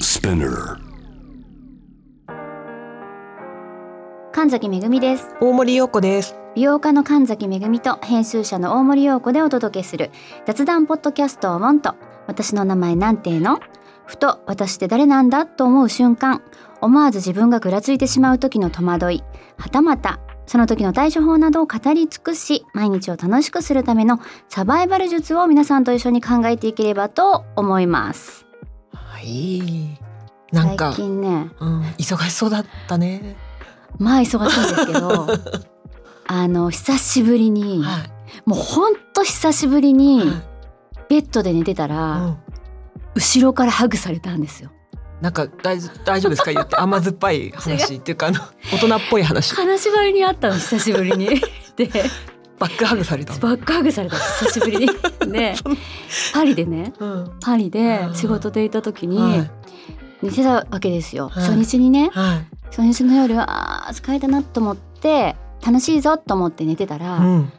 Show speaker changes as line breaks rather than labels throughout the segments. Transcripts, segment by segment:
Spinner.
神崎めぐみです
大森洋子です。
美容家の神崎めぐみと編集者の大森洋子でお届けする雑談ポッドキャストをもんと私の名前なんていうのふと私って誰なんだと思う瞬間思わず自分がぐらついてしまう時の戸惑いはたまたその時の対処法などを語り尽くし毎日を楽しくするためのサバイバル術を皆さんと一緒に考えていければと思います
はい。なんか
最、近ね
うん、忙しそうだったね。
まあ忙しいんですけ どあの久しぶりに、
はい。
もうほんと久しぶりに、
はい
ベッドで寝てたら、
うん
後ろからハグされたんですよ
なんか大丈大丈夫ですか言 って甘酸っぱい話っていうかあの大人っぽい話
悲しばりに会ったの久しぶりに で
バックハグされたの。
バックハグされたの久しぶり にでパリでね
うん。
パリで仕事でいた時に寝てたわけですよ、
はい
初日にね
はい。
初日の夜はあー疲れたなと思って楽しいぞと思って寝てたら、
うん。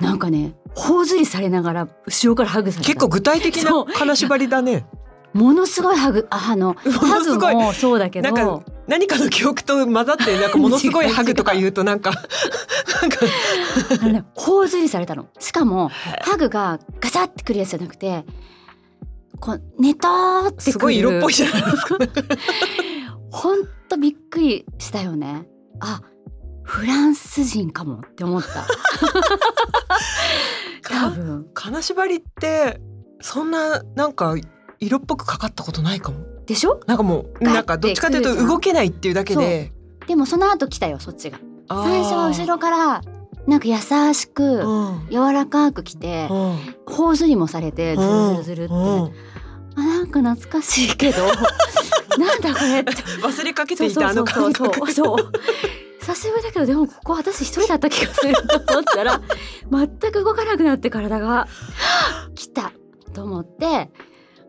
なんかね頬ずりされながら後ろからハグされた
結構具体的な
そう
金縛りだ ね。
ものすごいハグああの
も
ハ
のす
グ
ごい
もそうだけど
なんか何かの記憶と混ざってなんかものすごいハグとか言うとなん かなんか
あのね、頬ずりされたの。しかも、
はい
ハグがガサってくるやつじゃなくて、こう、寝たーってくる。
すごい色っぽいじゃないですか。
ほんとびっくりしたよね。あ、フランス人かもって思った。 多分。
金縛りってそんななんか色っぽくかかったことないかも
でしょ
なんかもう
ガッて
なんかどっちかという
来る
と
じゃん
動けないっていうだけで
でもその後来たよ、そっちが。
あー
最初は後ろから、なんか優しく、
うん
柔らかく来て、頬ずりもされて、ずるずるずるって。
うん
あ、なんか懐かしいけ ど、なんだこれって。
忘れかけ
そ
て
う
いたあの
そう
感
そう
覚
そうそう久しぶりだけどでもここ私一人だった気がすると思った ら全く動かなくなって体が「来た!」と思って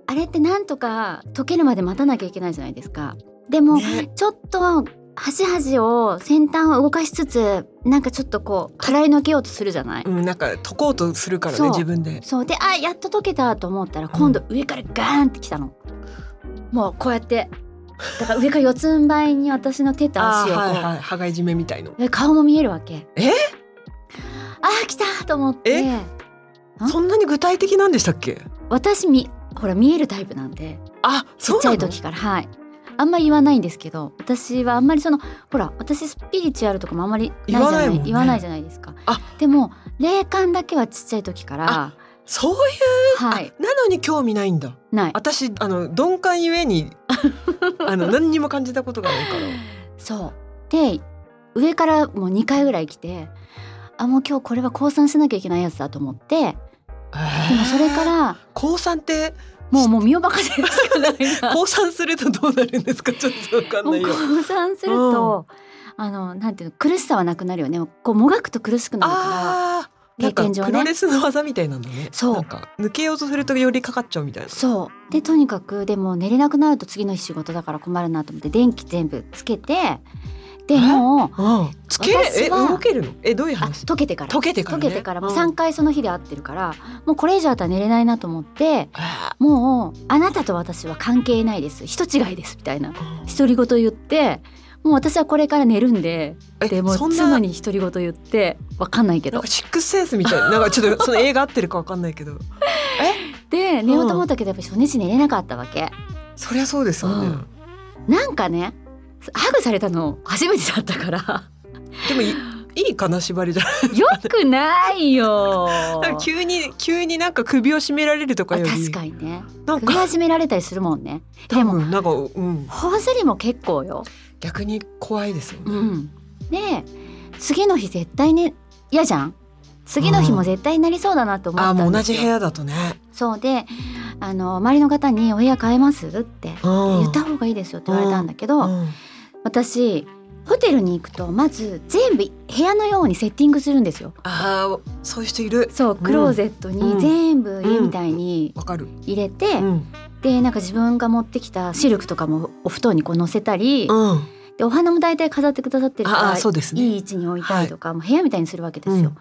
あれってなんとか溶けるまで待たなきゃいけないじゃないですか。でも、
ね
ちょっと端々を先端を動かしつつなんかちょっとこう払いのけようとするじゃない、
うんなんか解こうとするから
そう
ね自分で
そうであやっと溶けたと思ったら今度上からガーンってきたの、もうこうやってだから上から四つん這いに私の手と
あ
足をこ
ー
う、
はいはい羽がいじめみたいの
で顔も見えるわけ
え
あー来たと思って
え
ん
そんなに具体的なんでしたっけ
私みほら見えるタイプなんで
あ
ち
そ
っ
う
ちゃ
ないの
時からはいあんまり言わないんですけど私はあんまりそのほら私スピリチュアルとかもあんまりないじゃない
言わない
言
も
わ
ん
ない,、
ね
じゃないですか
あ
でも霊感だけはちっちゃい時から
そういう
はい
なのに興味ないんだ
ない
私あの鈍感ゆ えにあの何にも感じたことがないから
そうで上からもう2回ぐらい来てあもう今日これは降参しなきゃいけないやつだと思ってでもそれから
高三って
もうもう身を任せるしかないな
高三するとどうなるんですかちょっとわかん
も
な
う
いよ。
降参すると、あのなんていうの苦しさはなくなるよねこうもがくと苦しくなるから
ああーなん
経験上
か
ね
プロレスの技みたいなんだね。
そう
なんか抜けようとするとよりかかっちゃうみたいな。
そうでとにかくでも寝れなくなると次の日仕事だから困るなと思って電気全部つけてで
え
もう
うん。つけえ
私は
動けるの？えどういう
あ
話？
溶けてから
溶けてから
溶
ね。
けてから
う
も
ん
3回その日で会ってるから、もうこれ以上あったら寝れないなと思って
あ
もうあなたと私は関係ないです人違いですみたいな
ー
独り言言ってもう私はこれから寝るんで
え
でもう
そん
妻
な。
に独り言言ってわかんないけ
なん
ど
かシックスセンスみたいな なんかちょっとその映画合ってるかわかんないけど
で寝ようと思ったけどやっぱ初日寝れなかったわけ
そりゃそうですよね、
うんなんかねハグされたの初めてだったから
でもいいい金縛りじゃない
よくないよ
なんか 急に急になんか首を絞められるとか
あ
より
確かにね
なん
首
か
始められたりするもんねで
多
も
分なんかうん
頬ずりも結構よ
逆に怖いですよね、
うんで次の日絶対ね嫌じゃん次の日も絶対になりそうだなと思
あ
った
あ
んですよ、
もう同じ部屋だとね、
そうであの周りの方に「お部屋変えます?」って
うん
言った方がいいですよって言われたんだけど、
うん
私ホテルに行くとまず全部部屋のようにセッティングするんですよ
ああそういう人いる
そうクローゼット
う
に
ん
全部家みたいに
わかる、
入れて、
うん
でなんか自分が持ってきたシルクとかもお布団にこう乗せたり、
うん、
でお花も大体飾ってくださってる
あ
か
あ
ら
そうですね
いい位置に置いたりとか、もう部屋みたいにするわけですよ。
うん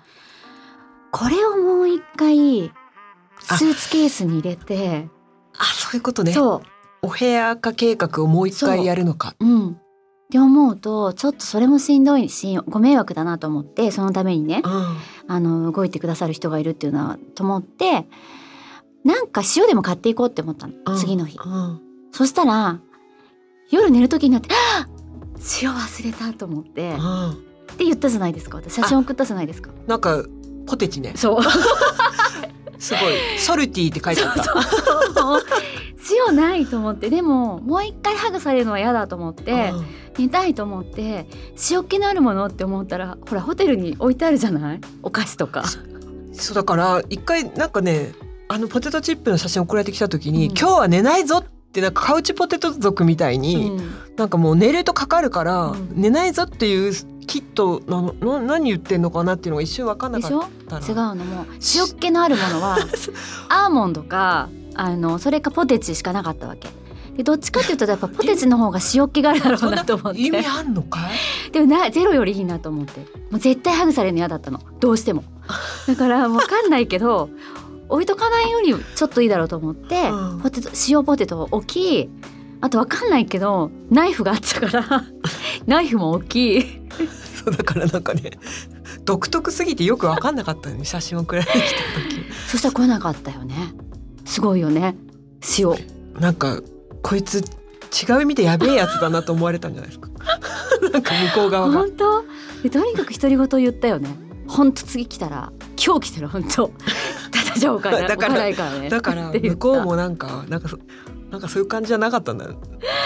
これをもう一回
あ
スーツケースに入れて、
あそういうことね
そう
お部屋化計画をもう一回やるのか。
うん。って思うとちょっとそれもしんどいしご迷惑だなと思ってそのためにね
うん
あの動いてくださる人がいるっていうのはと思ってなんか塩でも買っていこうって思ったの、
うん
次の日
うん
そしたら夜寝る時になってあ「塩忘れた」と思って、
う
っ
ん
て言ったじゃないですか私写真送ったじゃないですか
なんかポテチね。
そう
すご い。ソルティって書いてあった。
塩ないと思ってでももう一回ハグされるのは嫌だと思って
うん
寝たいと思って塩気のあるものって思ったらほらホテルに置いてあるじゃないお菓子とか
そうだから一回なんかねあのポテトチップの写真送られてきた時に、
うん
今日は寝ないぞってなんかカウチポテト族みたいに、なんかもう寝るとかかるから、
うん
寝ないぞっていうキットなのな何言ってんのかなっていうのが一瞬分かん
うん、
な
で
か
しょ
ったら
違うのも塩っ気のあるもの はアーモンドかあのそれかポテチしかなかったわけでどっちかっていうとやっぱポテチの方が塩っ気があるだろうなと思って
意味あんのかい
でもなゼロよりいいなと思ってもう絶対ハグされるの嫌だったのどうしてもだからわかんないけど置いとかないよりちょっといいだろうと思って、
うん
ポテト塩ポテトを置きあとわかんないけどナイフがあったから ナイフも置き
そうだからなんかね独特すぎてよく分かんなかったのに写真送られてきた
そしたら来なかったよねすごいよね塩
時なんかこいつ違う意味でやべえやつだなと思われたんじゃないですか なんか向こう側が
本当でとにかく独り言を言ったよね本当次来たら今日来たら本当 ただじゃおかない
だ
お
から
かないからね
だから
って言っ
向
た
こうもなんかなんかそなんかそういう感じじゃなかったんだよ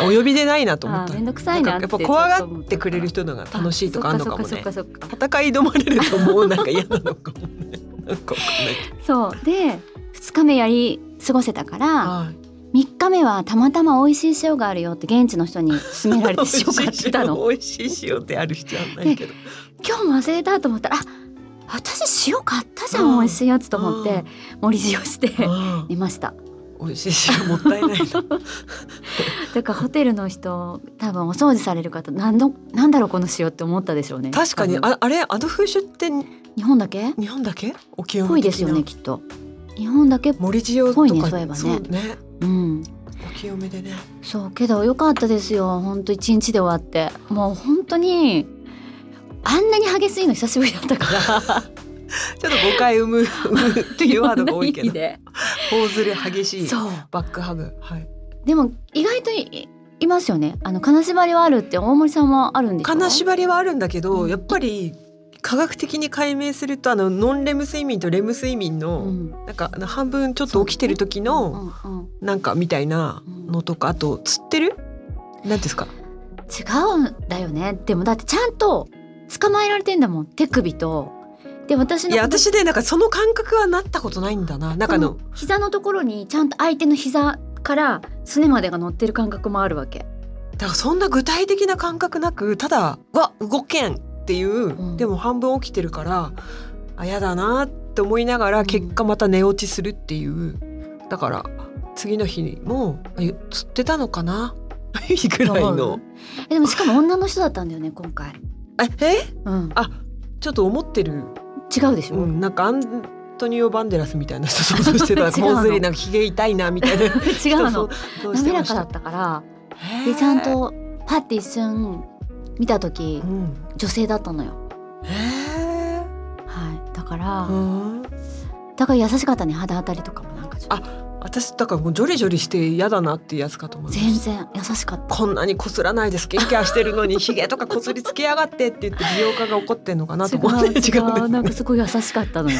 お呼びでないなと思
あ
った
ーめんどくさいな
なん
っ
か
て
やっぱ怖がってくれる人の方が楽しいとかあんのかも
そ
ね
っかそっかそっか
戦い挑まれるともうなんか嫌なのかもね。なんかわかんないけど。
そっかそうで2日目やり過ごせたから
はい
3日目はたまたま美味しい塩があるよって現地の人に勧められて塩買ってたの
美味しい塩ってある必要はな いけど。
今日も忘れたと思ったらあ私塩買ったじゃ
うんん
美味しいやつと思って盛り塩して
うん
寝ました
美味しい塩もったいないな。
だからホテルの人多分お掃除される方何のなんだろうこの塩って思ったでしょうね
確かに
多分
ああれあの風習って
日本だけっ
日本だけ？お清
ぽ
め
いで
的
すよ
な
ね。きっと日本だけ
森塩
ぽい
と
ね
か
そういえばね
そうね。
うん
お清めでね。
そうけど良かったですよ本当一日で終わってもう本当にあんなに激しいの久しぶりだった から
ちょっと誤解生む生むっていうワードが 多いけど。
で
頬ずれ激しい
そう
バックハグ。はい。
でも意外といいいますよねあの金縛りはあるって大森さんもあるんでしょ
金縛りはあるんだけ
う
ど
ん
やっぱり科学的に解明するとあのノンレム睡眠とレム睡眠の、
うん
なんかあの半分ちょっと起きてる時
う
の
んうん
なんかみたいなのとかあと釣ってるなんていうんですか
違うんだよねでもだってちゃんと捕まえられてんだもん手首とで私
い
の
や私でなんかその感覚はなったことないんだななんかあの
この膝のところにちゃんと相手の膝からすねまでが乗ってる感覚もあるわけ
だからそんな具体的な感覚なくただ「うわ動けん!」っていう、
うん
でも半分起きてるからあやだなって思いながら結果また寝落ちするっていうだから次の日もあゆ釣ってたのかな ぐらいの。
えでもしかも女の人だったんだよね今回
ええ
うん
あちょっと思ってる
違うでしょ、
うん、なんかアントニオ・バンデラスみたいな人想像してたら
違うの
もうずりなんかひげ痛いなみたいな違
違 うの滑らかだ
っ
ったから
た
でちゃん、とパッて一瞬見た時
うん、
女性だったのよ
へ
はいだか
ー
ら、
うん
だから優しかったね肌当たりとかもなんかちょっと
私だからもうジョリジョリして嫌だなってやつかと思って
全然優しかった
こんなにこすらないでスキンケアしてるのにひげとかこすりつけやがってって言って美容家が怒ってんのかなと思って 違うんで す
違うなん
ね
かすごい優しかったの よ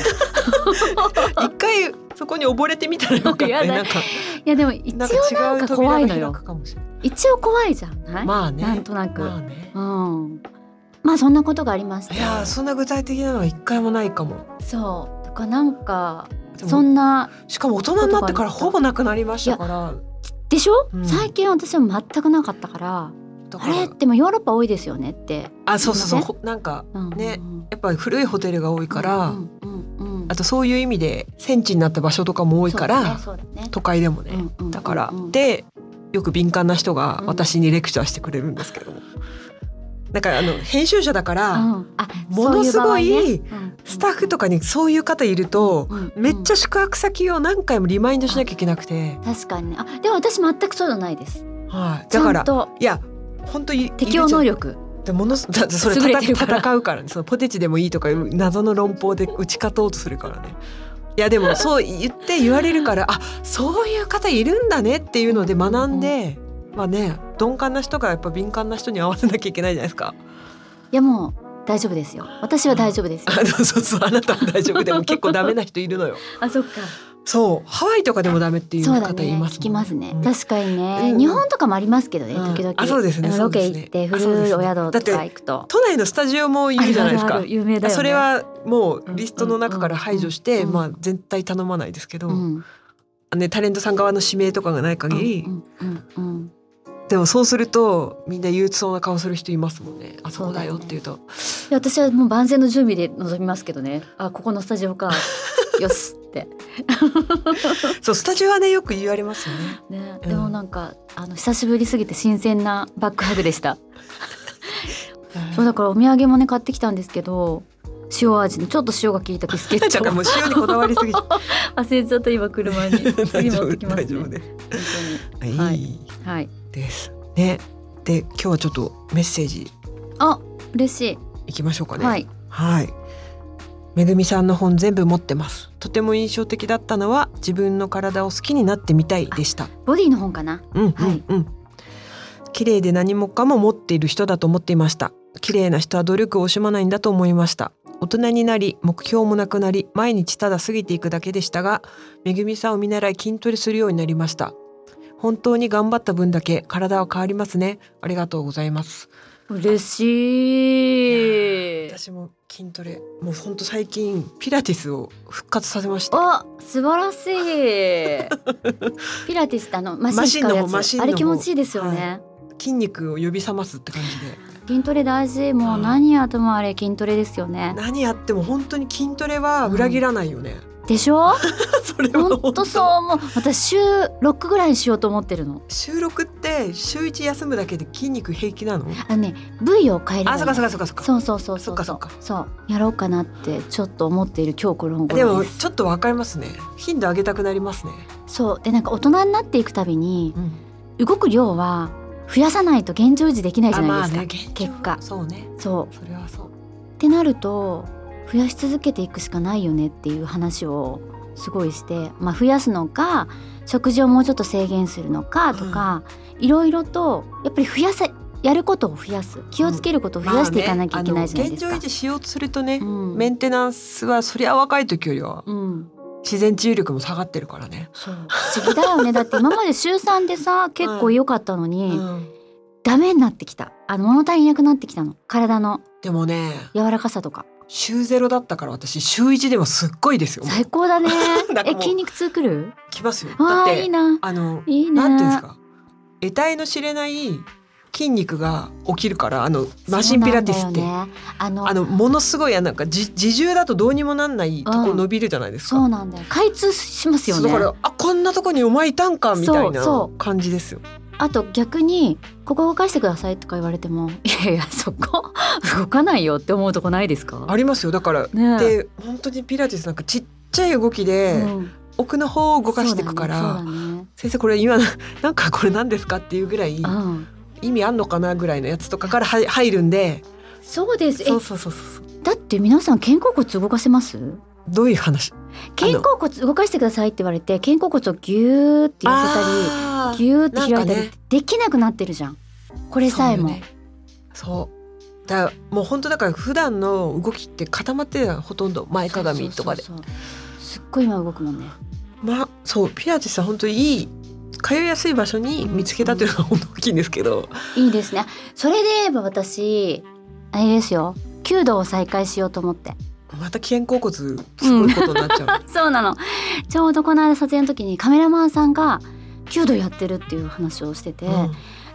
一回そこに溺れてみたらよかったね
やだ
なんか
いやでも一応
なんか
な
違
ん
う
か怖い
扉
の
が開
よ
くかもしれない
一応怖いじゃない、
まあね
なんとなく、
まあね
うんまあそんなことがありまし
いや
た
ーそんな具体的なのは一回もないかも
そうとかなんか
でも
そんな
しかも大人になってからほぼなくなりましたから
でしょ、
うん
最近私は全くなかったから
だ
あ
から
れでもヨーロッパ多いですよねって、
あそうそうそう
すい
ほなんか
うん
ねやっぱり古いホテルが多いから、
うんうんうんうん
あとそういう意味で戦地になった場所とかも多いから、
そうだねそう
都会でも
だ
ね、
ねうんうんうんうん
だから、でよく敏感な人が私にレクチャーしてくれるんですけども、だから あの編集者だから、
うんあ
ものすごい
そうう場合ねうん
スタッフとかにそういう方いると、
うん
めっち
ゃ
ゃ宿泊先を何回もリマインドしなきゃいけなくて、
確かにねあでも私全くそうじゃないです
はい、
ち
だ
ゃ
から
んと
いや本当に
適応能力
でものすだってそれ
優れ
戦
てるから
戦うからねそのポテチでもいいとかいう謎の論法で打ち勝とうとするからねいや でもそう言って言われるからあそういう方いるんだねっていうので学んで、まあね鈍感な人がやっぱ敏感な人に合わせなきゃいけないじゃないですか。
いやもう大丈夫ですよ私は大丈夫ですよ
あのそうそうあなたも大丈 夫でも結構ダメな人いるのよ。
あそっか
そうハワイとかでもダメっていう
そうだ
方
ね
います
聞き
もん
ますね、
うん
確かにね、
うん
日本とかもありますけどね、
うん
時々
あそうですね
あの
そう
ロ
で
ケ
すね
行って
あそうで
古
すね
いお宿
だ
と
って
か行くと
都内のスタジオも言うじゃないです
あるあ
か
るあ。る有名だよね
それはもうリストの中から排除して、
うん
まあ絶対頼まないですけど、
うん
ねタレントさん側の指名とかがない限り、
うんうんうん
でもそうするとみんな憂鬱そうな顔する人いますもんね。あそこだよ
そうだよ
っ
ね
ていうと、
いや私はもう万全の準備で臨みますけどねあここのスタジオ かよしって、
そうスタジオはねよく言われますよね。
ね、
うん
でもなんか、あの久しぶりすぎて新鮮なバックハグでしたそうだからお土産もね買ってきたんですけど塩味のちょっと塩が効いたビスケッ
ちゃ
ト
んがもう塩にこだわりすぎて
忘れちゃった今車に次
大
持
丈
っ
夫
てきますね
大丈夫です。
本
は
はい
い
当にはい
ですね。で今日はちょっとメッセージ
あ嬉し
いきましょうか
い、
ね。
はい
はい。めぐみさんの本全部持ってます。とても印象的だったのは自分の体を好きになってみたいでした。
ボディの本かな
うんうん
はい
うん。綺麗で何もかも持っている人だと思っていました。綺麗な人は努力を惜しまないんだと思いました。大人になり目標もなくなり毎日ただ過ぎていくだけでしたがめぐみさんを見習い筋トレするようになりました本当に頑張った分だけ体は変わりますねありがとうございます
嬉しい
私も筋トレもうほんと最近ピラティスを復活させまし
お
た
素晴らしい ピラティスってあのマシン使うや
マシン
つあ
の方
れ気持ちいいですよね、
筋肉を呼び覚ますって感じで
筋トレ大事もう何やともあれ筋トレですよね
何やっても本当に筋トレは裏切らないよね、
でしょ
それは
ほ
本
ん
当
とそう思う私週6ぐらいにしようと思ってるの
収録って週一休むだけで筋肉平気なの
あのね部位を変える
あそっかそっかそっかそっか
そうそうそうそう
そっかそっ
そうやろうかなってちょっと思っている今日この
で
頃
も
です
ちょっとわかりますね頻度上げたくなりますね、
そうでなんか大人になっていくたびに
うん、
動く量は増やさないと現状維持できないじゃないですか、
現状
結果
そうね
そう
それはそう
ってなると増やし続けていくしかないよねっていう話をすごいして、まあ、増やすのか食事をもうちょっと制限するのかとか、いろいろとやっぱり増やせやることを増やす気をつけることを増やしていかなきゃいけないじゃないですか。
まあねあの現状維持しようとするとね、
うん
メンテナンスはそりゃ若い時よりは
うん、
自然治癒力も下がってるからね。
そう不思議だよねだって今まで週3でさ結構良かったの
う
に、
ん、
ダメになってきたあの物足りなくなってきたの体の
でもね
柔らかさとか
週ゼロだったから私週一でもすっごいですよ。
最高だね
なんか
え
もう
筋肉痛くる
きますよ。だ
わ
っ
あ
て
いいな
あの
いいね
なんていうんですか得体の知れない筋肉が起きるからあのマシンピラティスって、
そうなんだよね、あの
あのものすごいあなんかじ自重だとどうにもなんないとこ
うん
伸びるじゃないですか。
そうなんだよ開通しますよ
そうだか
ね
らあこんなとこにお前いたんかみたいな
そうそ
感じですよ。
あと逆に「ここ動かしてください」とか言われても「 いやいやそこ 動かないよ」って思うとこないですか
ありますよだから、
ねえ
で本当にピラティスなんかちっちゃい動きで、
うん
奥の方を動かしていくから。
そうだね
先生これ今の なんかこれ何ですかっていうぐらい
そうだねうん
意味あんのかなぐらいのやつとかから入入るんで
そうです
そう
え
そうそうそう
だって皆さん肩甲骨動かせます
どういう話
肩甲骨動かしてくださいって言われて肩甲骨をギューって寄せ
あ
たり
ー
ギューって開いたり、
なんかね
できなくなってるじゃんこれさえも
そうよねそうだからもう本当だから普段の動きって固まってるやんほとんど前かがみとかで
そうそうそうそうすっごい今動くもんね
まあそうピラティスは本当にいい通いやすい場所に見つけたというのが本当大きいんですけど、
いいですね。それで言えば私、あれですよ。弓道を再開しようと思って。
また肩甲骨すごいことになっちゃう、
そうなの。ちょうどこの間撮影の時にカメラマンさんが弓道やってるって いう話をしてて、
うん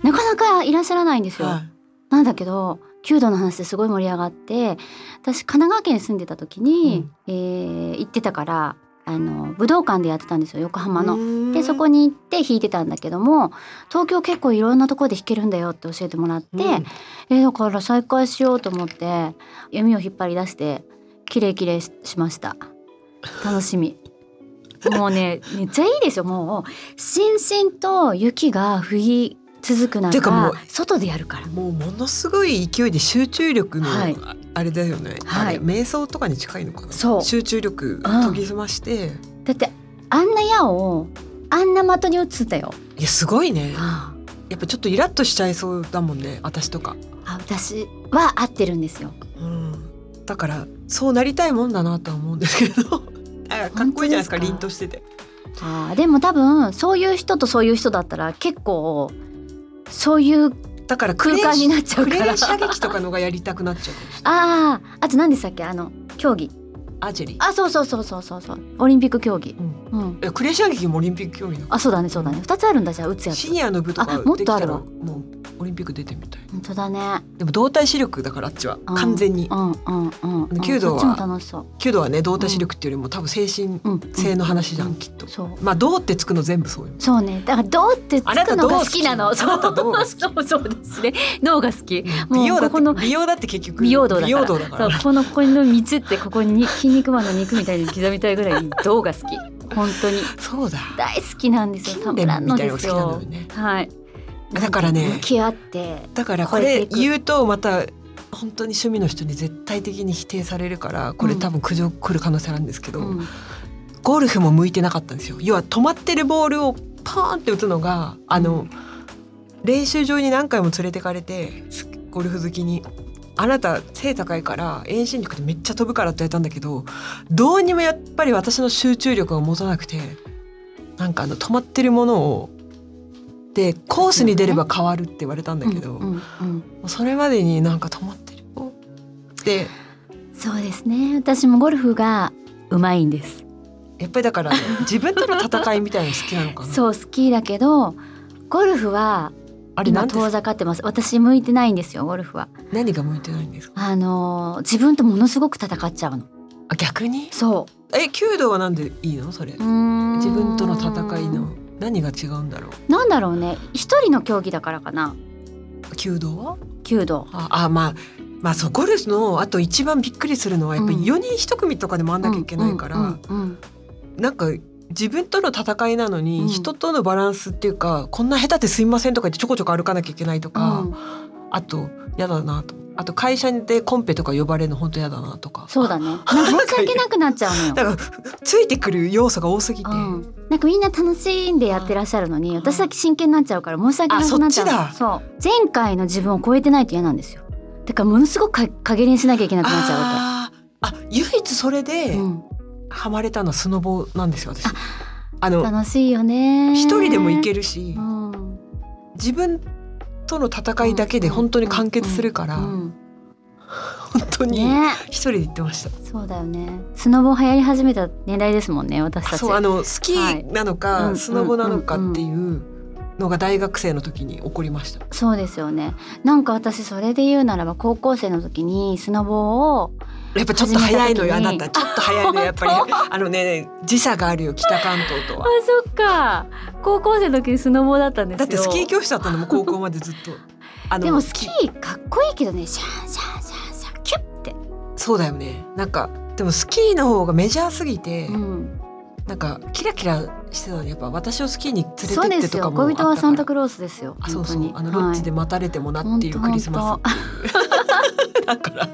なかなかいらっしゃらないんですよ。
はい
なんだけど、弓道の話ですごい盛り上がって、私神奈川県に住んでた時に、えー行ってたから、あの武道館でやってたんですよ横浜の。
の
でそこ
に
に行って弾いてたんだけども東京結構いろんなところで弾けるんだよって教えてもらって、えだから再開しようと思って弓を引っ張り出してキレイキレイしました楽しみもう ねめっちゃいいですよもうしんしんと雪が降り続く
てかもう
中外でやるから
もうものすごい勢いで集中力の
はい
ああれだよね、
はい
あれ瞑想とかに近いのかな
そう
集中力
うん
研ぎ澄まして、
だってあんな矢をあんな的に打つんだよ、
いやすごいね
あ
やっぱちょっとイラッとしちゃいそうだもんね私とか、
私は合ってるんですよ
うん、だからそうなりたいもんだなとは思うんですけ どあかっこいいじゃないで
本当です
すか
か
凛としてて
あーでも多分そういう人とそういう人だったら結構そういう
だからク
空
レー
間になっちゃう
ク
か
レ
ら
ー射撃とかのがやりたくなっちゃうかもしれない
あああと何でしたっけあの競技
アーチェリー
あそうそうそうそうそうそうオリンピック競技
うん
うん
いやクレー射撃もオリンピック競技だか
あそうだねそうだね二つあるんだじゃあ打つ
ら
や
シ
つ
ニアの部とか
あもっ
でき
とあ
た
る
ら
わ
もうオリンピック出てみたい
本当だね
でも動体視力だからあっちは
うん
完全に
うんうんうん
弓道は
そっちも楽しそう
弓道はね動体視力っていうよりも多分精神
うん
性の話じゃ
うんう
きっと
そう
まあ銅ってつくの全部そうよ
そうねだからどうってつ
あな
く
た
の
どう
が
好
好
き
きなの
あなたどう好き
そうそうそうですね脳が好きもう
美容だっ
ここの
て美容だって結局
美容道だから
美容道だか
そう
ら
ここのここの道ってここに筋肉マンの肉みたいに刻みたいぐらい銅が好き本当に
そうだ
大好きなんですよ
近
た
年
まらん
み
の
たいなの
で
が好
す
きなのよ
よ
ね
はい
だからね
向き合って
だからこ
超えて
れ
いく
言うとまた本当に趣味の人に絶対的に否定されるからこれ多分苦情来る可能性あるんですけど、
うん
ゴルフも向いてなかったんですよ要は止まってるボールをパーンって打つのがあの、練習場に何回も連れてかれてすゴルフ好きに「あなた背高いから遠心力でめっちゃ飛ぶから」って言われたんだけどどうにもやっぱり私の集中力が持たなくてなんかあの止まってるものをでコースに出れば変わるって言われたんだけ
う
ど、
んうんうん
もうそれまでになんか止まってるボールで
そうですね私もゴルフがうまいんです
やっぱりだか ら、ね、自分との戦いみたいなの好きなのかな。
そう好きだけどゴルフは
あれな
今
んですか
遠ざかってます私向いてないんですよゴルフは
何が向いてないんですか
あのー自分とものすごく戦っちゃうの
あ逆に
そ
え弓道はなんでいいのそれ
ううーん
自分との戦いの何が違うんだろう
なんだろうね一人の競技だからかな
弓道は
弓道
ああまあまあそうゴルフのあと一番びっくりするのはやっぱり
うん
4人一組とかで回んなきゃいけないから、
うんうんうん
なんか自分との戦いなの
うん
に人とのバランスっていうか、こんな下手ってすいませんとか言ってちょこちょこ歩かなきゃいけないとか、
うん
あと嫌だなとあと会社でコンペとか呼ばれるの本当嫌だなとか
そうだねなんか申し訳なくなっちゃうのよ
だからついてくる要素が多すぎて、
うん、なんかみんな楽しんでやってらっしゃるのに私だけ真剣になっちゃうから申し訳なくなっちゃう
あ
そう前回の自分を超えてないと嫌なんですよだからものすごくか加減にしなきゃいけなくなっちゃうわ
あーあ唯一それで
け、うん、
ハマれたのはスノボなんですよ私あの
楽しいよね
一人でも行
る、
けるし
うん
自分との戦いだけで本当に完結するから
うん
本当に
ね
一人で行ってました
そうだよねスノボ流行り始めた年代ですもんね私たち
そうあのスキ
はい
ーなの
う
か
ん
スノボなのかっていうのが大学生の時に起こりました
そうですよねなんか私それで言うならば高校生の時にスノボを
やっぱちょっと早いのよあ
始めた
な
時に
たちょっと早いのよやっぱりあのね時差があるよ北関東と
あ
は
そっか高校生の時にスノボだったんです
だ
よ
ってスキー教室だったのも高校までずっとあの
でもスキーかっこいいけどねシャンシャンシャンシャンキュッて、
そうだよねなんかでもスキーの方がメジャーすぎて、
うん、
なんかキラキラしてたのにやっぱ私をスキーに
そう
連れて
で
って
す
とか
よ
もあっ
恋
た
人はサンタク
から
ロースですよ
あ
本
そう
当
そう
に
あのロッジで待たれてもなっていうクリスマ
ス
ス だから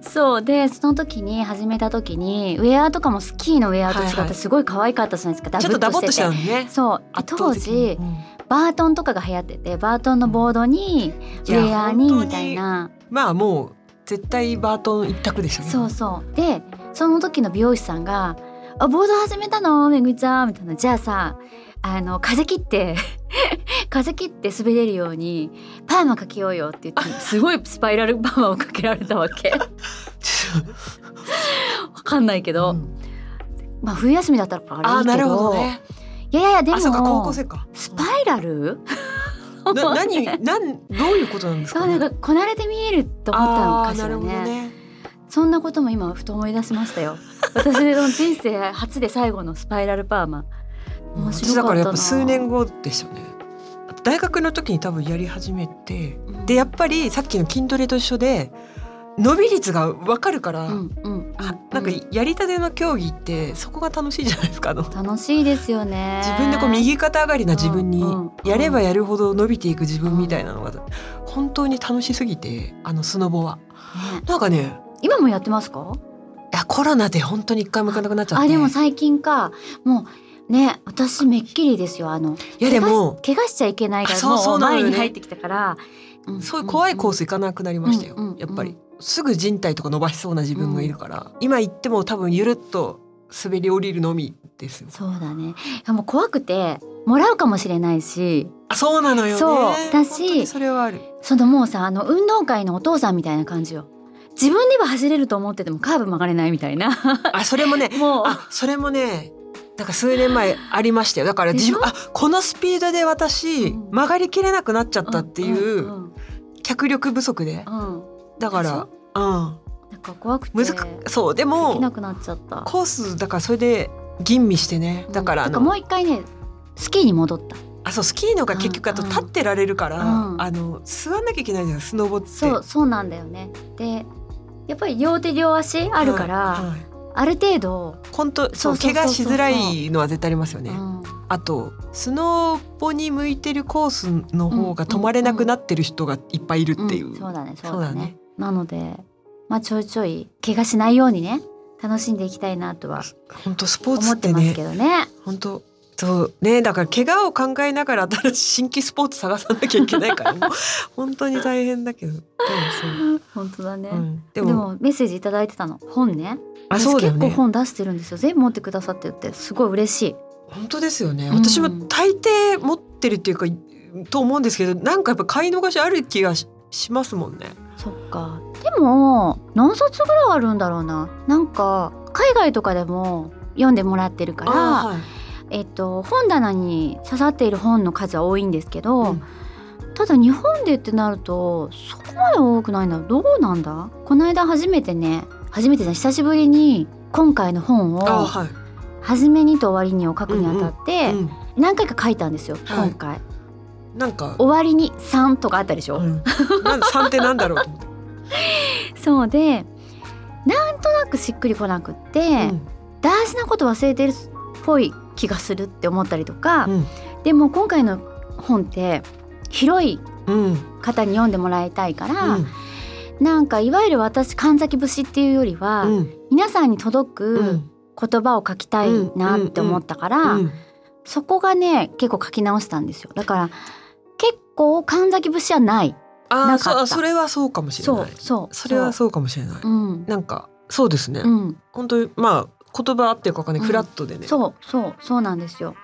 そうでその時に始めた時にウェアとかもスキーのウェアと違っ
はいは
て
い
すごい可愛かったじゃないですか、
ちょっとダボっとした
て
のね
てそうで
圧
当
倒的に
時
うん
バートンとかが流行っててバートンのボードにウ
いや
ェアに
本当
みたいな
まあもう絶対バートン一択でしたね
そうそうでその時の美容師さんが「あボード始めたのめぐみちゃん」みたいな「じゃあさあの風切って 風切って滑れるようにパーマかけようよ」って言ってすごいスパイラルパーマをかけられたわけ わかんないけど、
うん
まあ冬休みだったから
あ
あ
ー
れいい
な
け
るほ
ど
どね
いやいやいやで
あそうか高
も
校生か
スパイラル
うんな何なんどういうことなんです
そ
か
う
ね
なんかこなれて見えると思ったの
あ
か
ー
し
な
ら
るほど
ね
ね
そんなことも今ふと思い出しましたよ私の人生初で最後のスパイラルパーマ面
私
白
だ
か
か
ったな
らやっぱ数年後でしたね大学の時に多分やり始めて
うん
でやっぱりさっきの筋トレと一緒で伸び率が分かるから、
うんうん
あなんかやりたての競技ってそこが楽しいじゃないですか あの
楽しいですよね
自分でこう右肩上がりな自分に
うんうん
やればやるほど伸びていく自分みたいなのが本当に楽しすぎてあのスノボは
ね
なんかね
今もやってますか
いやコロナで本当に一回も行かなくなっちゃって
あでも最近かもうね私めっきりですよあの
いやでも
怪我し怪我しちゃいけないか
あ
ら
そう
も
そううなの
前
よね
に入ってきたからんん
そういう怖いコース行かなくなりましたよ、
うんうんうん
やっぱりすぐ人体とか伸ばしそうな自分がいるから、今行っても多分ゆるっと滑り降りるのみですよ
そうだねいやもう怖くてもらうかもしれないし
あそうなのよね
そうだし
本当にそれはある
そのもうさあの運動会のお父さんみたいな感じよ自分では走れると思っててもカーブ曲がれないみたいな
あそれ もね
もう
あそれもねなんか数年前ありましたよだから
で
自
しょ
分あこのスピードで私、
うん
曲がりきれなくなっちゃったっていう、
んん
脚力不足で
うんうん
だか
でし
ら
ょ
うん
なんか怖くて
難
で
くそうで
き
も
なくなっちゃった
コースだからそれで吟味してねだから
う
あ
ん
の、
もう一回ねスキーに戻った
あそうスキーのが結局あと
うんうん
立ってられるから、
うん
あの座んなきゃいけないじゃないスノボって
そうそうなんだよねでやっぱり両手両足あるから、
はいはい
ある程度、
本当そう
そうそうそうそう
怪我しづらいのは絶対ありますよね、
うん
あとスノボに向いてるコースの方が止まれなくなってる人がいっぱいいるっていう、
うんそうだねそ
そう
うだ
だ
ね
ね
なのでまあちょいちょい怪我しないようにね楽しんでいきたいなとは
本当スポー
思
ツっ
って
て
ます
ね
けどね
本当そうねだから怪我を考えながら新しい新規スポーツ探さなきゃいけない からもう本当に大変だけどでも
本当だね、
そう、うん、で
で
も
もメッセージいただいてたの本ね
あそうだよ
私結
ね
構本出してるんですよ全部持ってくださってってすごい嬉しい
本当ですよね
うん
私も大抵持ってるっていうかと思うんですけどなんかやっぱ買い逃しある気がししますもんね
そっかでも何冊ぐらいあるんだろうななんか海外とかでも読んでもらってるから、
あ
えっと、本棚に刺さっている本の数は多いんですけど、
はいうん
ただ日本でってなるとそこまで多くないんだどうなんだこの間初めてね初めてじゃない久しぶりに今回の本を「
あはい、
初めに」と「終わりに」を書くにあたって
うん、
何回か書いたんですよ
はい
今回。
なんか
終わりに3とかあったでしょ、
うん、なん3ってなんだろう と思って、
そうでなんとなくしっくりこなくって、大事なこと忘れてるっぽい気がするって思ったりとか、
うん
でも今回の本って広い
うんうん
方に読んでもらいたいから、
うん
なんかいわゆる私神崎節っていうよりは、
うん
皆さんに届
う
く
ん
言葉を書きたいなって思ったから、
うん
そこがね結構書き直したんですよだから結構神崎節はない
あ
な
あ
かった
そそれはそうかもしれ
そ
な
う
い
そう
それはそうかもしれない、
ううん、
なんかそうですね、
うん、
本当にまあ言葉あってるかわかんない、
うん
フラットでね
そうそうそうなんですよ。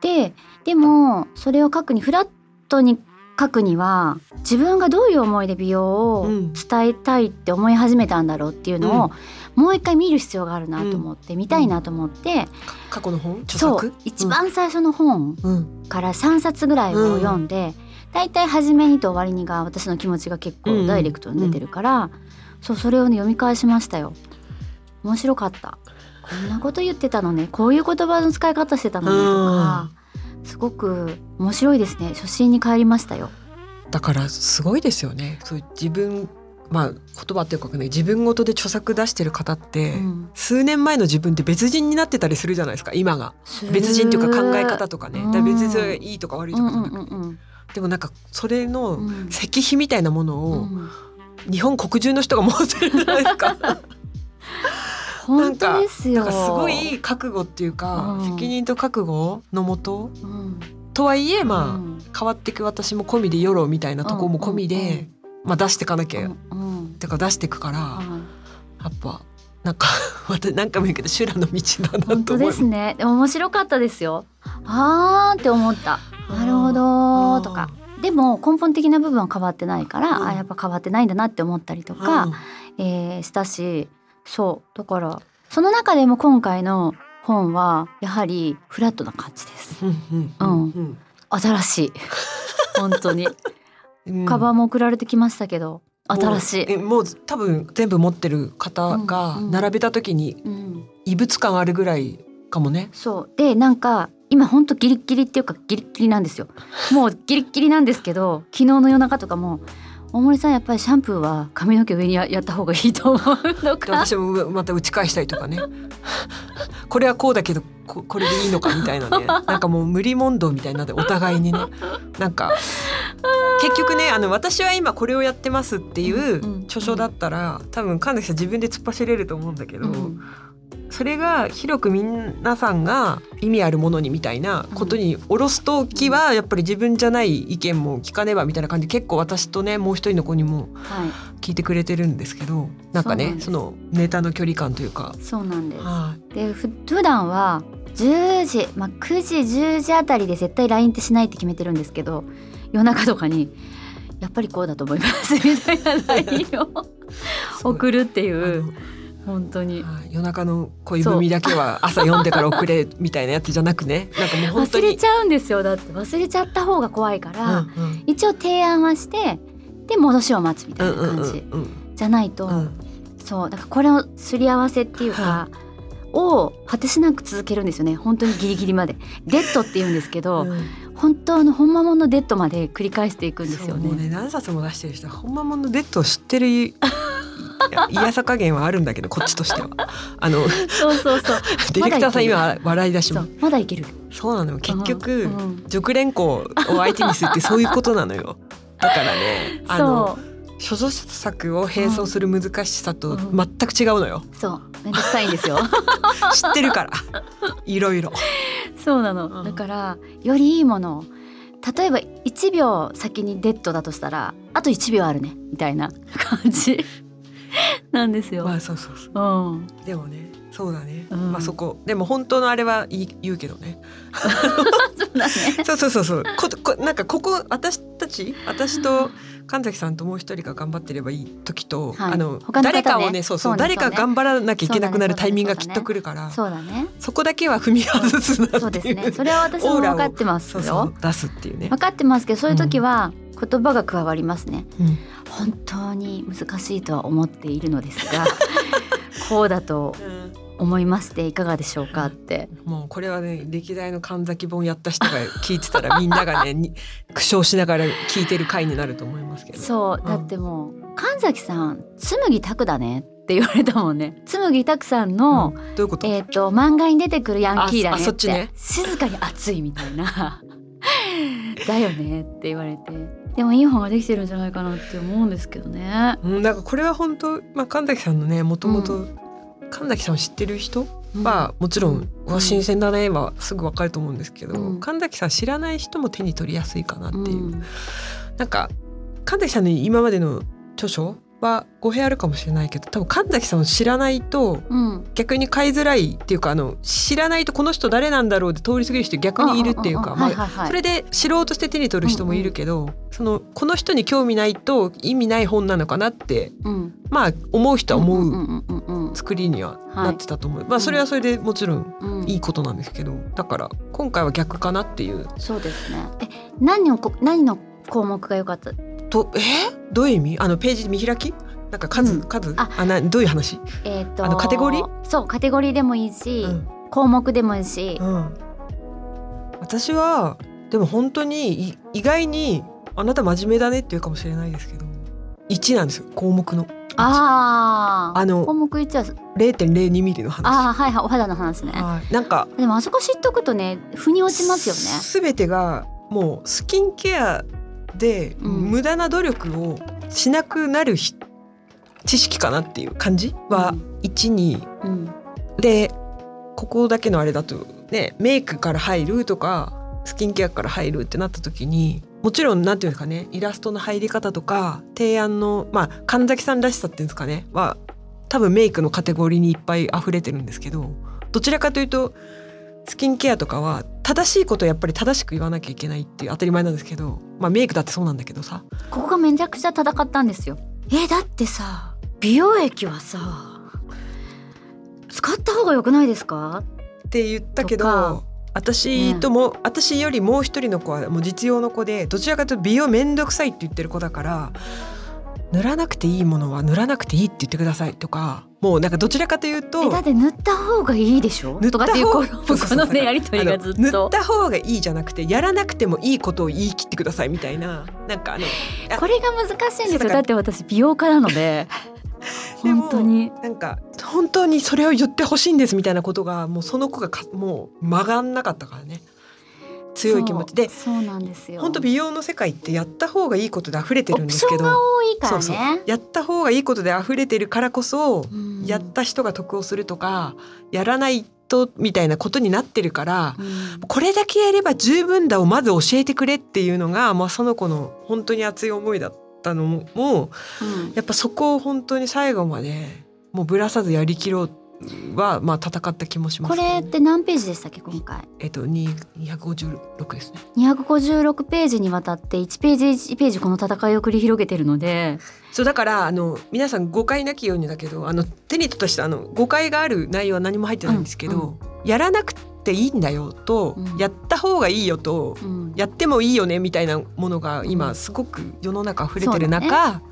ででもそれを書くにフラットに書くには自分がどういう思いで美容を
うん
伝えたいって思い始めたんだろうっていうのを、もう一回見る必要があるなと思って、見たいなと思って、
過去の本著
そ
作
う一、番最初の本
うんうん
から3冊ぐらいを読んで、だいたい初めにと終わりにが私の気持ちが結構ダイレクトに出てるから、そうそれを、ね、読み返しましたよ。面白かった。こんなこと言ってたのね。こういう言葉の使い方してたのねとか、すごく面白いですね。初心に帰りましたよ。
だからすごいですよねそういう自分まあ言葉っていうかわかんない自分ごとで著作出してる方って、
うん
数年前の自分って別人になってたりするじゃないですか今が別人というか考え方とかね、
うん
だから別人がいいとか悪いと
う
か
ん
じゃなくて、
うんうん
でもなんかそれ
う
の
ん。
石碑みたいなもの
う
を
ん
日本国中の人が持ってるじゃないで すか
本当です
な
よ。
んかすごい覚悟っていうか、
うん
責任と覚悟のもと
うん、
とはいえまあ、
うん
変わっていく私も込みで世論みたいなとこも込みで、
うんうん
まあ、出していかなきゃ、
うんうん
てか出していくから、や
はい
っぱなんか また何回も言うけど修羅の道だな
本
と
当
思い
で
ます
すね。でも面白かったですよ。あーって思った。なるほどとか。でも根本的な部分は変わってないから、
うん
あやっぱ変わってないんだなって思ったりと
うん
か、えーしたし、そうだからその中でも今回の本はやはりフラットな感じです。
うんうんうんうん
新し い。本当に。
うん
カバンも送られてきましたけど、新し
もうえ
い。
もう多分全部持ってる方が
うんうん
並べた時に、
うんうん、
異物感あるぐらいかもね
そうでなんか今ほんとギリギリっていうかギリギリなんですよもうギリギリなんですけど昨日の夜中とかも「大森さんやっぱりシャンプーは髪の毛上にや やった方がいいと思う」と
で
か
私もうまた打ち返したりとかね これはこうだけどここれでいいのかみたいなねなんかもう無理問答みたいになってお互いにねなんか結局ねあの私は今これをやってますっていう
うんうん
著書だったら多分神崎さん自分で突っ走れると思うんだけど、
うん
それが広く皆さんが意味あるものにみたいなことに下ろす時はやっぱり自分じゃない意見も聞かねばみたいな感じで結構私とねもう一人の子にも
はい
聞いてくれてるんですけどなんか
そうなん
ね
です
そのネタの距離感というか。
そうなんです
はい
でふ普段は10時、まあ、9時10時あたりで絶対 LINE ってしないって決めてるんですけど夜中とかに「やっぱりこうだと思います」 みたいな LINE を
そう
送るってい
あの
う本当に
はい夜中の恋文だけは朝読んでから送れみたいなやつじゃなくねなんかもう本当
忘れ
に
ちゃうんですよだって忘れちゃった方が怖いから、
うんうん
一応提案はしてで戻しを待つみたいな
うん
感じ、
うんうん
じゃないと、
うん
そうだからこれをすり合わせっていうか、を果てしなく続けるんですよね本当にギリギリま でデッドって言うんですけど、
うん
本当の本間もんのデッドまで繰り返していくんです
そ
よ
うもう
ね。
ね何冊も出してる人は本間もんのデッドを知ってるいや嫌さ加減はあるんだけどこっちとしては あの
そうそうそう。
ディレクターさ
ま
ん
だ
今笑い出し
そ
も
うまだいける。
そうなのよ結局、
うんうん
熟練校を相手にするってそういうことなのよだからねあの
そ
諸女作を並走する難しさと
うん
全く違うのよ
うそうめんどくさいんですよ。
知ってるから いろいろ
そうな
う
の。
ん
だからよりいいものを例えば1秒先にデッドだとしたらあと1秒あるねみたいな 感じなんですよ。
まあそうそうそう
うん。
でもねそうだね、
うん
まあそこでも本当のあれは言い言うけどね
そうだね。
そうそうそうそう。ここなんかここ私たち私と神崎さんともう一人が頑張ってればいい時と、
はい
あの、
他の方ね
誰かをねそう
そ
そう
うね
誰か
そうね
頑張らなきゃいけなくなる
そうだ
タ
ね
イミングが
そうだ
き
ね
っと来るからそ,、
そうだね。
こだけは踏み外すなっていう。
そうですね。それは私も分かってます
そ
よ。
うそう出すっていうね
分。かってますけどそういう時は言葉が加わりますね、
うん
本当に難しいとは思っているのです がこうだと思いましていかがでしょうかって
もうこれはね歴代の神崎本やった人が聞いてたらみん ながねに苦笑しながら聞いてる回になると思いますけど。
そうだってもう神崎さん紬拓だねって言われたもんね紬拓さんの、
うんどういうこと？
えっ、と漫画に出てくるヤンキーだね
あそあそっちね
静かに熱いみたいな だよねって言われてでもいい本ができてるんじゃないかなって思うんですけどね
うん、なんかこれは本当、まあ、神崎さんのねもとも
う
と神崎さんを知ってる人はもちろん「うわ新鮮だね」はすぐわかると思うんですけど、
うん
神崎さん知らない人も手に取りやすいかなっていう、
ん
なんか神崎さんの今までの著書は語弊あるかもしれないけど多分神崎さんを知らないと
うん
逆に買いづらいっていうかあの知らないとこの人誰なんだろうって通り過ぎる人逆にいるっていうか、
んんん
まあ
はいはいはい
それで知ろうとして手に取る人もいるけど、そのこの人に興味ないと意味ない本なのかなって
うん
まあ思う人は思うう
うんうんうん
作りにはなってたと思う、まあそれはそれでもちろん
うんうん
いいことなんですけどだから今回は逆かなっていう
そうですねえ何をこ何の項目が良かった
とえどういう意味あのページ見開きなんか数、
うん
数
あ
あなどういう話、
えっ、と
あのカテゴリー
そうカテゴリーでもいいし、
うん
項目でもいいし
う、ん、私はでも本当にい意外にあなた真面目だねっていうかもしれないですけど1なんですよ項目の
ああ
あの
項目一は
0.02ミリの話。
ああはいはいお肌の話ね
はいなんか
でもあそこ知っとくとね腑に落ちますよね
すべてがもうスキンケアで
うん
無駄な努力をしなくなるひ、知識かなっていう感じは1に、
うん
でここだけのあれだとねメイクから入るとかスキンケアから入るってなった時にもちろんなんていうんですかねイラストの入り方とか提案のまあ神崎さんらしさっていうんですかねは多分メイクのカテゴリーにいっぱい溢れてるんですけどどちらかというとスキンケアとかは正しいことをやっぱり正しく言わなきゃいけないっていう当たり前なんですけどまあメイクだってそうなんだけどさ
ここがめちゃくちゃ戦ったんですよえだってさ美容液はさ使った方が良くないですか
って言ったけ
とか
ど私とも、私よりもう一人の子はもう実用の子でどちらかというと美容めんどくさいって言ってる子だから塗らなくていいものは塗らなくていいって言ってくださいとかもうなんかどちらかというと
えだって塗った方がいいでしょ
塗っ
と
た方
かっていうこの
そうそうそう
このねやりとりがずっ
あの塗
と
っ。た方がいいじゃなくてやらなくてもいいことを言い切ってくださいみたいななんかあの
これが難しいんです
そうだか
よ
ら
だって私美容家なので
で も
本当に
なんか本当にそれを言ってほしいんですみたいなことがもうその子がかもう曲がんなかったからね強い気持ちで
そうそうなんですよ
本当美容の世界ってやった方がいいことで溢れてるん
オ
で
プ
す
シ
け
ョン
ど
が多いからね
そうそうやった方がいいことで溢れてるからこそ、
うん
やった人が得をするとかやらないとみたいなことになってるから、
うん
これだけやれば十分だをまず教えてくれっていうのが、まあ、その子の本当に熱い思いだったのも
うん
やっぱそこを本当に最後までもうぶらさずやりきろうはまあ戦った気もしま
こ
す、
れって何ページでしたっけ今回
えっとに256ですね。
256ページにわたって1ページ1ページこの戦いを繰り広げてるので
そうだからあの皆さん誤解なきようにだけどあの手に取った人あの誤解がある内容は何も入ってないんですけど、やらなくていいんだよと、
うん
やった方がいいよと、
うん
やってもいいよねみたいなものが
う
今
ん
すごく世の中溢れ
そ
て
う
る
だね
中、あ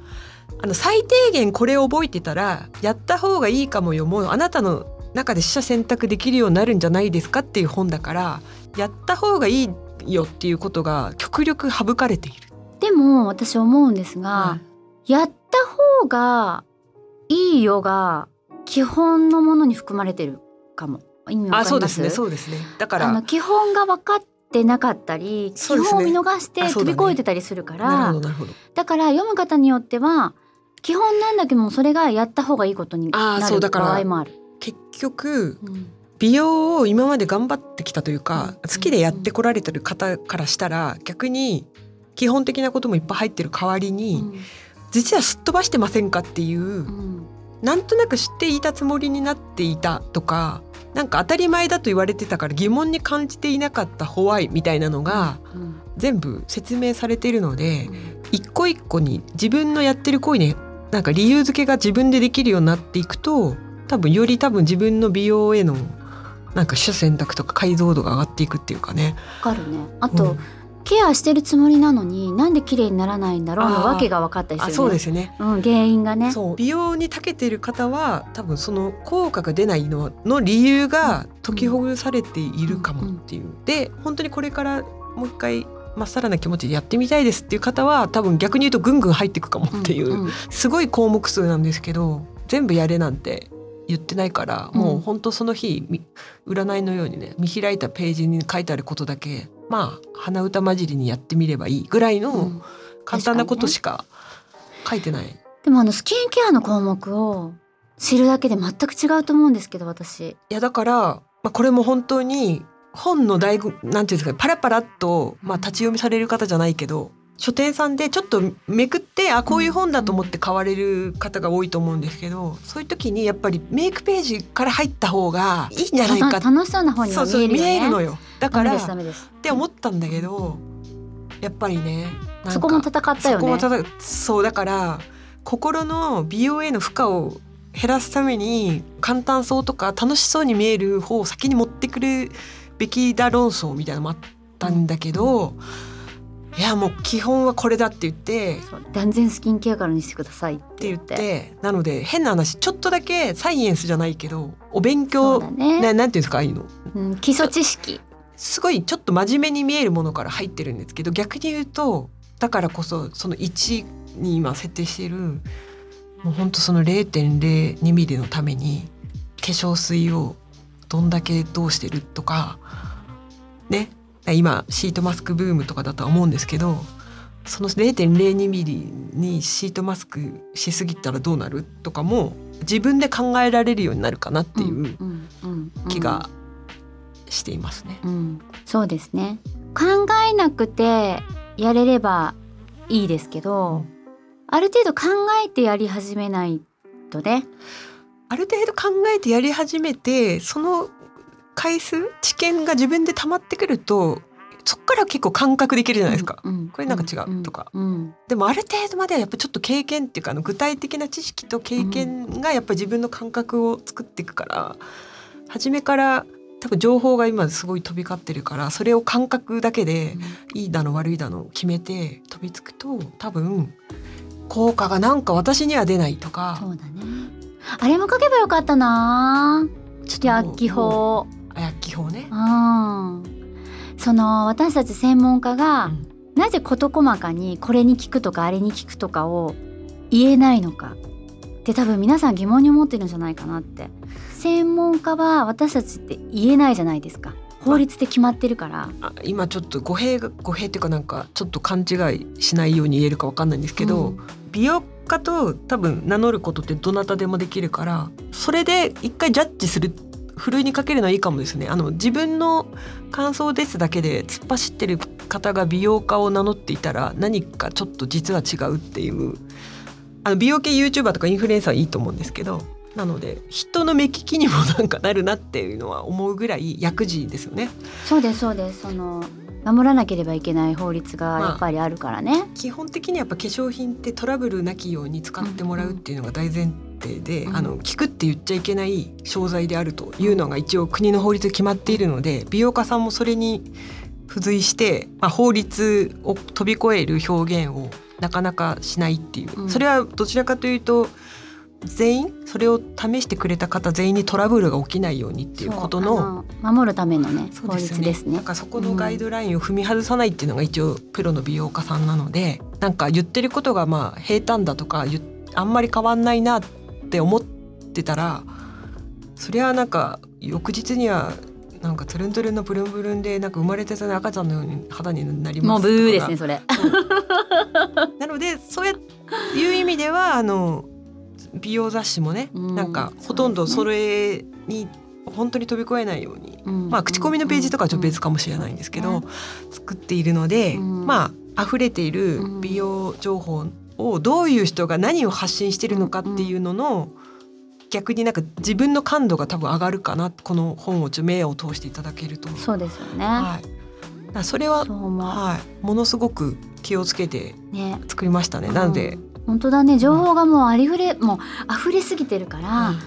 の最低限これを覚えてたらやった方がいいかもよもうあなたの中で取捨選択できるようになるんじゃないですかっていう本だからやった方がいいよっていうことが極力省かれている。
でも私思うんですが、
はい
やった方がいいよが基本のものに含まれてるかも意味わかりま
あ、
す
そうですね、そうですね。だから
あの基本が分かってなかったり、
そう
基
です
本
ね
を見逃して
あそう
飛
だ
び
ね
越えてたりするか
な
ら
るほどなるほど。
だから読む方によっては基本なんだけどもそれがやった方がいいことに
あー
な
そう
る
だから
場合もある。
結局
うん
美容を今まで頑張ってきたという
うん
か、好きでやってこられてる方からしたら逆に基本的なこともいっぱい入ってる代わりに、実はすっ飛ばしてませんかっていう、
うん
なんとなく知っていたつもりになっていたとかなんか当たり前だと言われてたから疑問に感じていなかったホワイみたいなのが
うん
全部説明されているので
う、ん
一個一個に自分のやってる行為になんか理由付けが自分でできるようになっていくと多分より多分自分の美容へのなんか取捨選択とか解像度が上がっていくっていうかね。
わかるね。あ
う
と
ん
ケアしてるつもりなのになんで綺麗にならないんだろう
あ
の
ー
わけが分かったりする
あ
ね。
そうですよね
うん原因がね。
そう美容に長けてる方は多分その効果が出ないのの理由が解きほぐされているかもっていう。で本当にこれからもう一回まっさらな気持ちでやってみたいですっていう方は多分逆に言うとぐんぐん入っていくかもっていう。
んん
すごい項目数なんですけど全部やれなんて言ってないから、
うん
もう本当その日み占いのようにね見開いたページに書いてあることだけまあ鼻歌混じりにやってみればいいぐらいの簡単なことしか書いてない。
でもあのスキンケアの項目を知るだけで全く違うと思うんですけど私。
いやだから、まあ、これも本当に本の醍醐なんていうんですかパラパラっと、まあ、立ち読みされる方じゃないけど書店さんでちょっとめくってあこういう本だと思って買われる方が多いと思うんですけどそういう時にやっぱりメイクページから入った方がいいんじゃないか
た楽しそうな方に
そ
は
うそ
見え
う
るよね。
見えるのよだ
ダ
か
メ
ら
ですダ
っ
メです。
て思ったんだけどやっぱりねなんか
そこも戦ったよ
そこも
ね。
ただそうだから心の美容への負荷を減らすために簡単そうとか楽しそうに見える方を先に持ってくるべきだ論争みたいなのもあったんだけど、いやもう基本はこれだって言って
そう断然スキンケアからにしてくださいっ
って
て
言
言
っ
ってて。
なので変な話ちょっとだけサイエンスじゃないけどお勉
そ
強
うだね
ななんていうんですかああいうの
うん、基礎知識。
すごいちょっと真面目に見えるものから入ってるんですけど逆に言うとだからこそその1に今設定しているもうほんとその0.02ミリのために化粧水をどんだけどうしてるとかね今シートマスクブームとかだとは思うんですけどその0.02ミリにシートマスクしすぎたらどうなるとかも自分で考えられるようになるかなっていう
うんうんうん
気がしていますね。
うん、そうですね考えなくてやれればいいですけど、ある程度考えてやり始めないとね
ある程度考えてやり始めてその回数知見が自分で溜まってくるとそっから結構感覚できるじゃないですか。
うんうん
これなんか違うとか
うんうん
でもある程度まではやっぱちょっと経験っていうかあの具体的な知識と経験がやっぱ自分の感覚を作っていくから初めから多分情報が今すごい飛び交ってるからそれを感覚だけでいいだの悪いだの決めて飛びつくと多分効果がなんか私には出ないと
そ
か
うだねあれも書けばよかったなちょっと薬器法
あ薬器法ね
う、んその私たち専門家が、
うん
なぜ事細かにこれに聞くとかあれに聞くとかを言えないのかって多分皆さん疑問に思ってるんじゃないかなって専門家は私たちって言えないじゃないですか法律で決まってるから、
あ今ちょっと語弊が語弊っていうかなんかちょっと勘違いしないように言えるかわかんないんですけど、
うん
美容家と多分名乗ることってどなたでもできるからそれで一回ジャッジするふるいにかけるのはいいかもですねあの自分の感想ですだけで突っ走ってる方が美容家を名乗っていたら何かちょっと実は違うっていうあの美容系 YouTuber とかインフルエンサーはいいと思うんですけどなので人の目利きにもなんかなるなっていうのは思うぐらい薬事ですよね。
そうですそうですその守らなければいけない法律が
まあ
やっぱりあるからね、
基本的にやっぱ化粧品ってトラブルなきように使ってもらうっていうのが大前提で、
うん
あの効くって言っちゃいけない商材であるというのが一応国の法律で決まっているので美容家さんもそれに付随して、まあ、法律を飛び越える表現をなかなかしないっていう、
うん
それはどちらかというと全員それを試してくれた方全員にトラブルが起きないようにっていうことの
あの守るためのね
そう
法
です
律
ね
ですね
なんかそこのガイドラインを踏み外さないっていうのが一応プロの美容家さんなので、なんか言ってることがまあ平坦だとかゆあんまり変わんないなって思ってたらそりゃあなんか翌日にはなんかトゥルントゥルンのブルンブルンでなんか生まれたての赤ちゃんのように肌になりま
もう
す
ブ
とか
ーですねそれ
なのでそうやいう意味ではあの美容雑誌もね、
うん
なんかほとんどそれに本当に飛び越えないようにまあ、口コミのページとかはちょっと別かもしれないんですけ
う
ど、
ん
作っているので、
うん
まあ溢れている美容情報をどういう人が何を発信してるのかっていうのの、逆になんか自分の感度が多分上がるかなこの本をちょっと目を通していただけると。
そうですよね、
はい、だからそれは、
そう思う
はい、ものすごく気をつけて
ね
作りましたね。なので、
うん本当だね情報がもうありふれもう溢れすぎてるから、
うん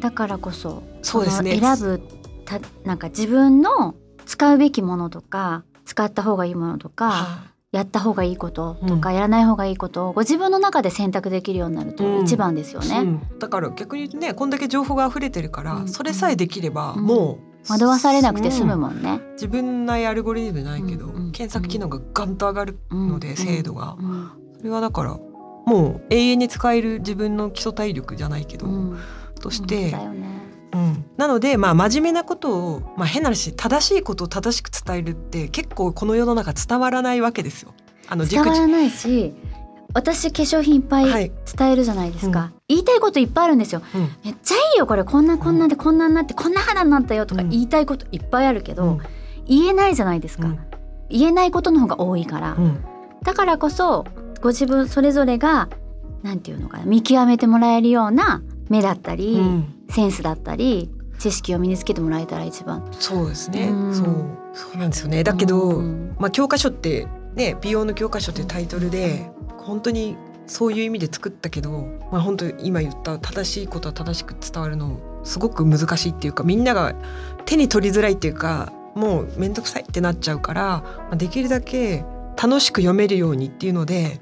だからこそ
そうですね
その選ぶたなんか自分の使うべきものとか使った方がいいものとか、
は
やった方がいいこととか、
う
やらない方がいいことをご自分の中で選択できるようになると
うん
一番ですよ
い
ね。
うんだから逆にねこんだけ情報が溢れてるから、
うん
それさえできれば、
うん
もう
惑わされなくて済む
うん
もんね。
自分ないアルゴリズムないけど、
うんうん
検索機能がガンと上がるので、
うん
精度が、
うん
それはだからもう永遠に使える自分の基礎体力じゃないけど、
うん
とし
本
て
当だ、よね
うんなのでまあ真面目なことを、まあ、変な話正しいことを正しく伝えるって結構この世の中伝わらないわけですよ。あの
伝わらないし私化粧品いっぱ
はいい、
伝えるじゃないですか、言いたいこといっぱいあるんですよ
うん
めっちゃいいよこれこんなこんなでこんなになってこんな肌になったよとか
うん
言いたいこといっぱいあるけど、
うん
言えないじゃないですか、
うん
言えないことの方が多いから、
うん
だからこそご自分それぞれがなんていうのかな見極めてもらえるような目だったり、
うん
センスだったり知識を身につけてもらえたら一番
そうですね、
うん
そうそうなんですよねだけど、
うん
まあ、教科書ってね美容の教科書ってタイトルで本当にそういう意味で作ったけど、まあ、本当に今言った正しいことは正しく伝わるのすごく難しいっていうかみんなが手に取りづらいっていうかもう面倒くさいってなっちゃうから、まあできるだけ楽しく読めるようにっていうので、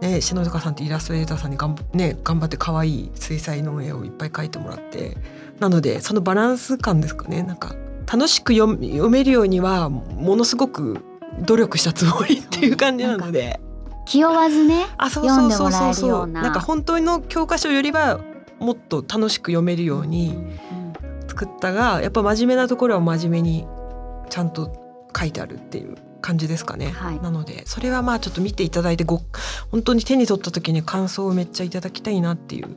ね、篠塚さんってイラストレーターさんにがん、ね、頑張って可愛い水彩の絵をいっぱい描いてもらってなのでそのバランス感ですかねなんか楽しく読み読めるようにはものすごく努力したつもりっていう感じなので。
気負わずね
あそう
読
そ
んでも
うそう
ら
そ
え
う
る
そ
よ
う
うな
なんか本当の教科書よりはもっと楽しく読めるように
うん
作ったがやっぱ真面目なところは真面目にちゃんと書いてあるっていう感じですかね、
はい
なのでそれはまあちょっと見ていただいてご本当に手に取った時に感想をめっちゃいただきたいなっていう、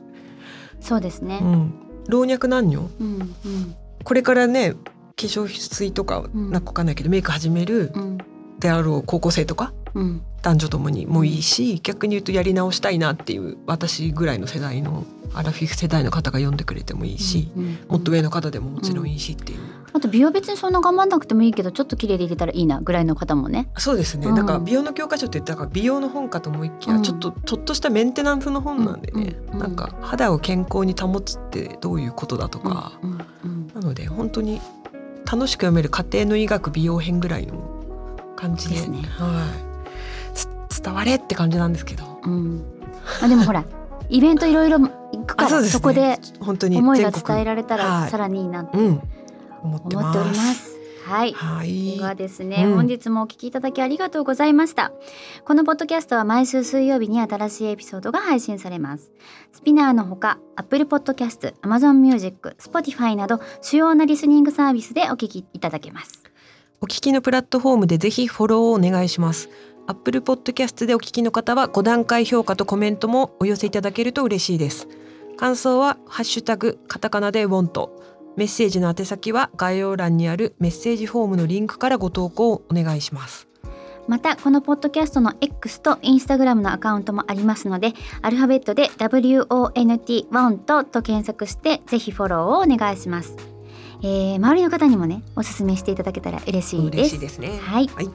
そうですね
う、ん、老若男女
うんうん
これからね化粧水とかなんかわかんないけど、メイク始める
うん
であろう高校生とか
うん
男女ともにもいいし逆に言うとやり直したいなっていう私ぐらいの世代のアラフィフ世代の方が読んでくれてもいいし、
うんうん
もっと上の方でももちろんいいしっていう、
あと美容別にそんな頑張んなくてもいいけどちょっと綺麗でいれたらいいなぐらいの方もね
そうですね、
うん
なんか美容の教科書ってだから美容の本かと思いきや、
うん
ちょっとちょっとしたメンテナンスの本なんでね、
うん
なんか肌を健康に保つってどういうことだとか、
うんうん
なので本当に楽しく読める家庭の医学美容編ぐらいの感じで
ですね
はいつ伝われって感じなんですけど。
うん、まあでもほらイベントいろいろ行くから
あう
そ,、
ですね
こで
本当に
思いが伝
全
え
国
られた
は
ら
い
さらにいいなと
うん思って
思
ま
って
す
おります。はい
はい
ではですね、
うん
本日もお聞きいただきありがとうございましたこのポッドキャストは毎週水曜日に新しいエピソードが配信されますスピナーのほか Apple Podcast、Amazon Music、Spotify など主要なリスニングサービスでお聞きいただけます
お聞きのプラットフォームでぜひフォローをお願いします。アップルポッドキャストでお聞きの方は5段階評価とコメントもお寄せいただけると嬉しいです。感想はハッシュタグカタカナでウォント。メッセージの宛先は概要欄にあるメッセージフォームのリンクからご投稿をお願いします。
またこのポッドキャストの X と Instagram のアカウントもありますのでアルファベットで WONT1 と検索してぜひフォローをお願いします、えー、周りの方にもねおすすめしていただけたら嬉しいです
ですね
はい、
はい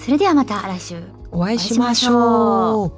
それではまた来週
お会いしましょう。